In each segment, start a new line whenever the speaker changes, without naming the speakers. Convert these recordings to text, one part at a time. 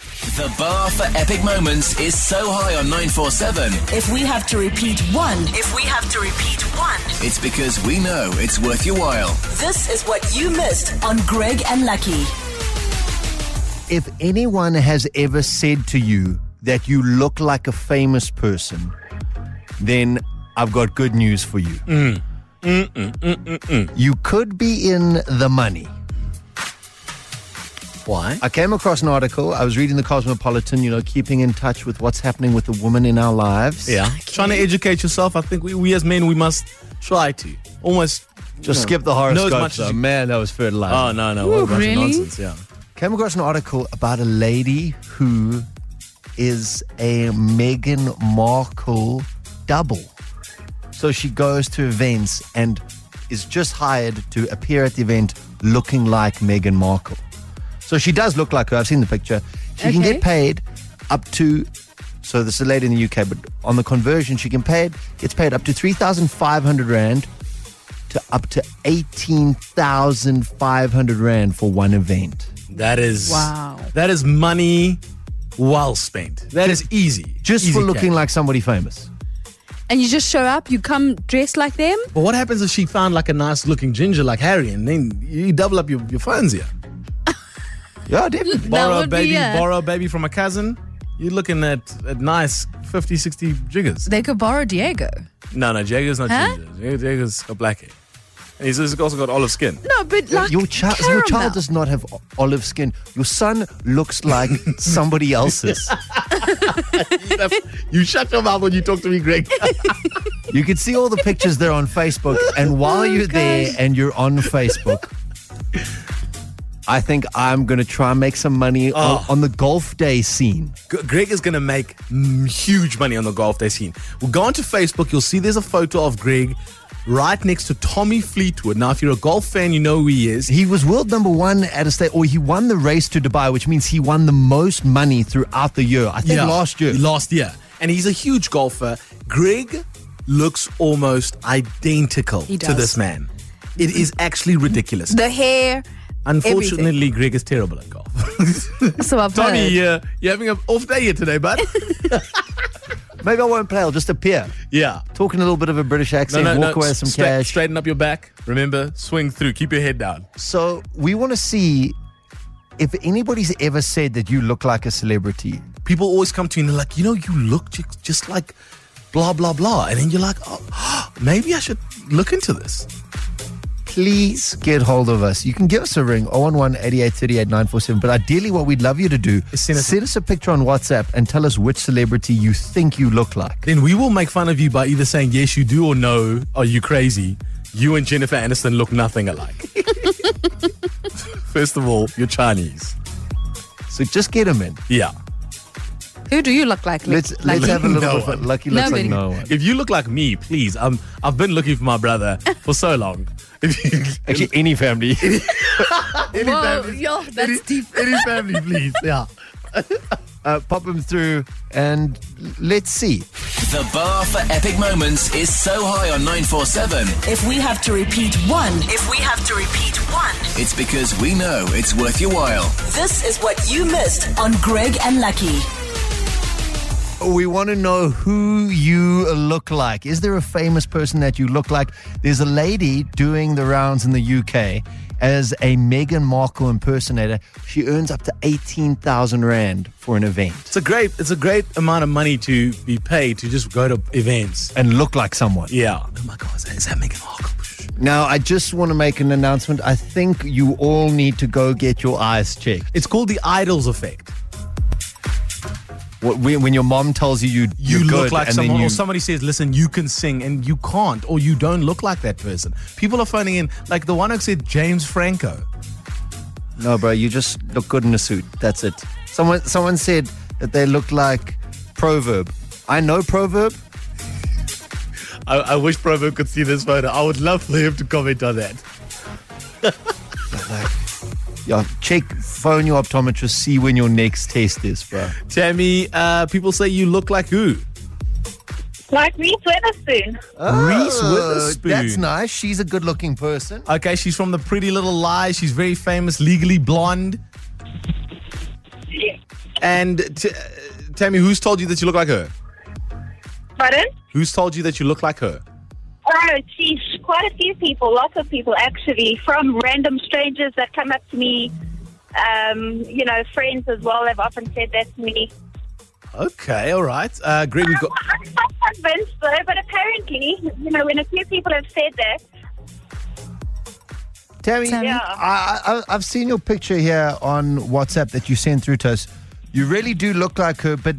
The bar for epic moments is so high on 947,
If we have to repeat one,
If we have to repeat one,
it's because we know it's worth your while.
this is what you missed on Greg and Lucky.
If anyone has ever said to you that you look like a famous person, then I've got good news for you.
Mm.
You could be in the money.
Why?
I came across an article. I was reading the Cosmopolitan, you know, keeping in touch with what's happening with the women in our lives.
Yeah. Trying to educate yourself. I think we, we as men, we must try to. Almost.
Just skip the
as
horoscopes.
much as
though.
you-
Man, that was fertilizing.
Oh, no, no. What a bunch of
really?
nonsense. Yeah.
Came across an article about a lady who is a Meghan Markle double. So she goes to events and is just hired to appear at the event looking like Meghan Markle. So she does look like her. I've seen the picture. She can
Okay.
get paid up to. So this is a lady in the UK, but on the conversion, she can pay gets paid up to three thousand five hundred rand to up to eighteen thousand five hundred rand for one event.
That is.
Wow.
That is money well spent. That is easy.
just
Easy
for looking
cash.
like somebody famous.
And you just show up, you come dressed like them.
But what happens if she found like a nice looking ginger like Harry and then you double up your, your funds here?
Yeah, definitely.
That
Borrow a
would be
baby,
it.
borrow a baby from a cousin. You're looking at, at nice 50, 60 jiggers.
They could borrow Diego.
No, no, Jager's not
Huh?
ginger. Jager- Jager's got black hair. And he's also got olive skin.
No, but like
Your child, your child does not have o- olive skin. Your son looks like somebody else's.
you shut your mouth when you talk to me, Greg.
You can see all the pictures there on Facebook, and while you're there and you're on Facebook, I think I'm gonna try and make some money on, on the golf day scene.
G- Greg is going to make mm, huge money on the golf day scene. We'll go onto Facebook. You'll see there's a photo of Greg right next to Tommy Fleetwood. Now, if you're a golf fan, you know who he is.
He was world number one at a state, or he won the race to Dubai, which means he won the most money throughout the year. I think last year.
Last year. And he's a huge golfer. Greg looks almost identical to
does.
this man. It is actually ridiculous.
the hair.
Unfortunately, Greg is terrible at golf.
So I've heard.
Tommy, uh, you're having an off day here today, bud.
Maybe I won't play. I'll just appear,
yeah.
talking a little bit of a British accent, walk away with some
Stra-
cash.
Straighten up your back. Remember, swing through. Keep your head down.
So we want to see if anybody's ever said that you look like a celebrity.
People always come to you and they're like, you know, you look ju- just like blah, blah, blah. And then you're like, oh, maybe I should look into this.
Please get hold of us. You can give us a ring 011 8838 947. But ideally, what we'd love you to do
Is
is
send
send
us-
us, a picture on WhatsApp and tell us which celebrity you think you look like.
Then we will make fun of you by either saying, yes, you do, or no, are you crazy? You and Jennifer Aniston look nothing alike. First of all, you're Chinese.
So just get them in.
Yeah.
Who do you look like?
Let's
Like-
let's have a
no
little bit
one.
of lucky looks
Nobody.
like no one.
If you look like me, please. Um, I've been looking for my brother for so long. If you,
Actually, any family.
any
Whoa,
family-
yo, that's
any-
deep.
Any family, please. Yeah.
uh, pop them through and let's see.
The bar for epic moments is so high on 947,
If we have to repeat one,
if we have to repeat one,
it's because we know it's worth your while.
this is what you missed on Greg and Lucky.
We want to know who you look like. Is there a famous person that you look like? There's a lady doing the rounds in the UK as a Meghan Markle impersonator. She earns up to 18,000 Rand for an event
It's a great it's a great amount of money to be paid to just go to events.
and look like someone.
Yeah. Oh my god, is that, is that Meghan Markle?
Now, I just want to make an announcement. I think you all need to go get your eyes checked.
It's called the idols effect.
What- When when your mom tells you you,
You
you're
look
good
like
and then
someone,
you-
or somebody says, "Listen, you can sing," and you can't, or you don't look like that person. People are phoning in, like the one who said James Franco.
No, bro, you just look good in a suit. That's it. Someone someone said that they look like Proverb. I know Proverb.
I, I wish Provo could see this photo. I would love for him to comment on that.
Yeah, check, phone your optometrist, see when your next test is, bro.
Tammy, uh, people say you look like who?
Like Reese Witherspoon.
Reese Witherspoon.
Oh, Uh, That's nice. She's a good looking person.
Okay, she's from The Pretty Little Lies. She's very famous, legally blonde.
Yeah.
And t- uh, Tammy, who's told you that you look like her?
Pardon?
Who's told you that you look like her?
Oh, geez, quite a few people, lots of people actually, from random strangers that come up to me. Um, you know, friends as well have often said that to me.
Okay, all right. Uh, Greg, we got.
I'm not convinced though, but apparently, you know, when a few people have said that,
Tammy,
Tammy?
Yeah.
I, I, I've seen your picture here on WhatsApp that you sent through to us. You really do look like her, but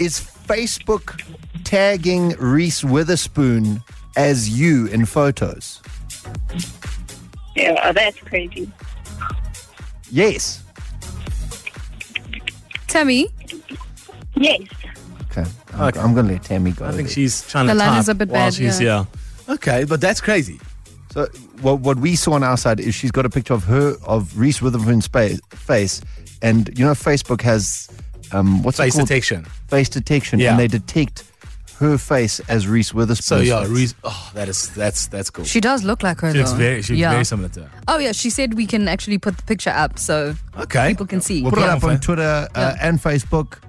is Facebook tagging Reese Witherspoon as you in photos?
yeah, oh, that's crazy.
Yes.
Tammy,
Yes.
Okay. I'm, I'm going to let Tammy go.
I think
there.
she's trying
The
to
line
type
is a bit
while
bad,
she's
yeah.
here. Okay, but that's crazy.
So what what we saw on our side is she's got a picture of her of Reese Witherspoon's face, face and you know Facebook has um, what's
Face
it called?
detection.
Face detection,
Yeah.
and they detect her face as Reese Witherspoon.
So yeah, Reese. Oh, that is that's that's cool.
she does look like her.
She looks
though.
very she looks
yeah.
very similar to her.
Oh yeah, she said we can actually put the picture up so
Oh,
Okay,
people can see.
we'll put
yeah.
it up
Yeah.
on Twitter uh, and Facebook.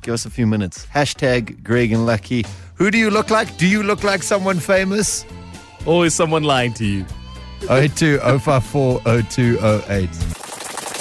Give us a few minutes. Hashtag Greg and Lucky. Who do you look like? Do you look like someone famous?
Or is someone lying to you?
02 054 0208.